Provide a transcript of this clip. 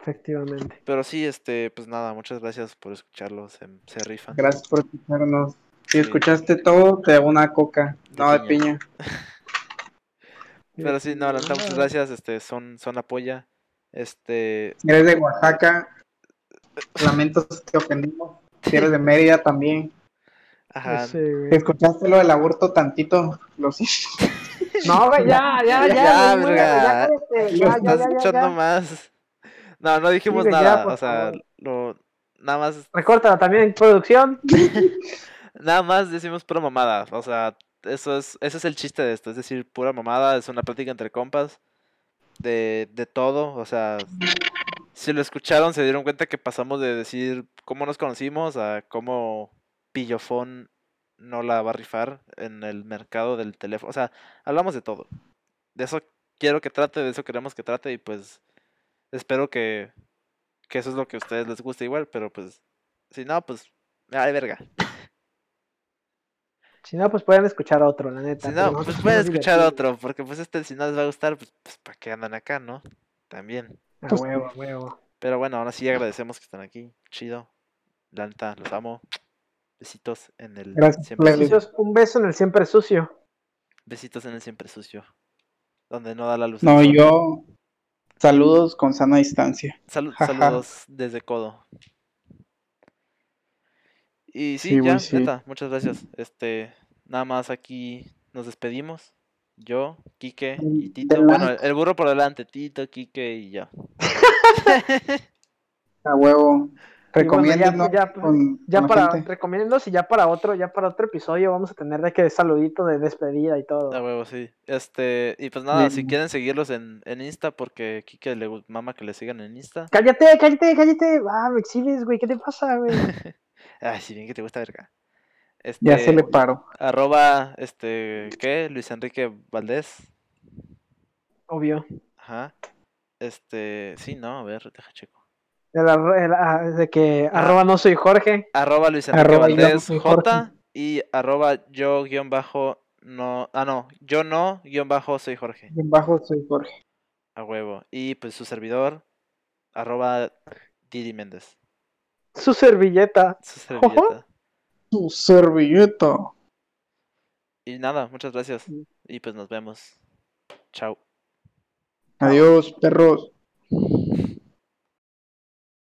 Efectivamente. Pero sí, este, pues nada, muchas gracias por escucharlo, se, se rifan. Gracias por escucharnos. Si escuchaste todo, te hago una coca. De No, de piña. piña. Pero sí, no, la neta, muchas gracias, este, son, son apoya. Este, Si eres de Oaxaca, lamento si te ofendimos. Si eres de Mérida también. ajá, Ese, güey. Si escuchaste lo del aborto tantito, lo siento. No, güey, ya, ya, ya. Ya, güey, verga. ya, cállate, ya, ya, estás ya, ya, echando ya. más. No, no dijimos Sí, güey, ya, nada, por o sea, favor. lo, nada más, Recórtala también, producción. nada más decimos pura mamada, o sea, eso es, ese es el chiste de esto, es decir, pura mamada, es una plática entre compas, de, de todo, o sea, si lo escucharon se dieron cuenta que pasamos de decir cómo nos conocimos a cómo Pillofón no la va a rifar en el mercado del teléfono, o sea, hablamos de todo, de eso quiero que trate, de eso queremos que trate y pues espero que, que eso es lo que a ustedes les guste igual, pero pues, si no, pues, ay verga. Si no, pues pueden escuchar otro, la neta. Si pero no, pues es pueden más escuchar divertido. otro, porque pues este si no les va a gustar, pues, pues para qué andan acá, ¿no? También. A huevo, a huevo. Pero bueno, ahora sí agradecemos que están aquí. Chido. La neta, los amo. Besitos en el Gracias, siempre Leslie. sucio. Besitos, un beso en el siempre sucio. Besitos en el siempre sucio. Donde no da la luz. No, del sol. yo. Saludos con sana distancia. Salu- Jaja. saludos desde Codo. Y sí, Sí, güey, ya, sí. neta, muchas gracias. Este, nada más aquí nos despedimos. Yo, Quique y Mm, Tito. del Bueno, lado. el burro por delante, Tito, Quique y yo. A huevo. Recomienden. ya, ya, Ya para, recomiéndanos y ya para otro, ya para otro episodio vamos a tener de que saludito de despedida y todo. A huevo, sí. Este, y pues nada, si Mm. quieren seguirlos en, en Insta, porque Quique le gu- mama que le sigan en Insta. Cállate, cállate, cállate. Ah, me exhibes, güey. ¿Qué te pasa, güey? Ay, si bien que te gusta verga. Este, Ya se le paró. arroba, este, ¿qué? Luis Enrique Valdés. Obvio. Ajá. Este, sí, no, a ver, deja checo. El arro- el- ah, de que arroba no soy Jorge. Arroba Luis Enrique Arroba yo no Valdés soy J y arroba yo guión bajo no, ah no, yo no guión bajo soy Jorge. Bajo soy Jorge. A huevo. Y pues su servidor, arroba Didi Méndez. Su servilleta. Su servilleta. Tu servilleta. Y nada, muchas gracias. Sí. Y pues nos vemos. Chao. Adiós, perros.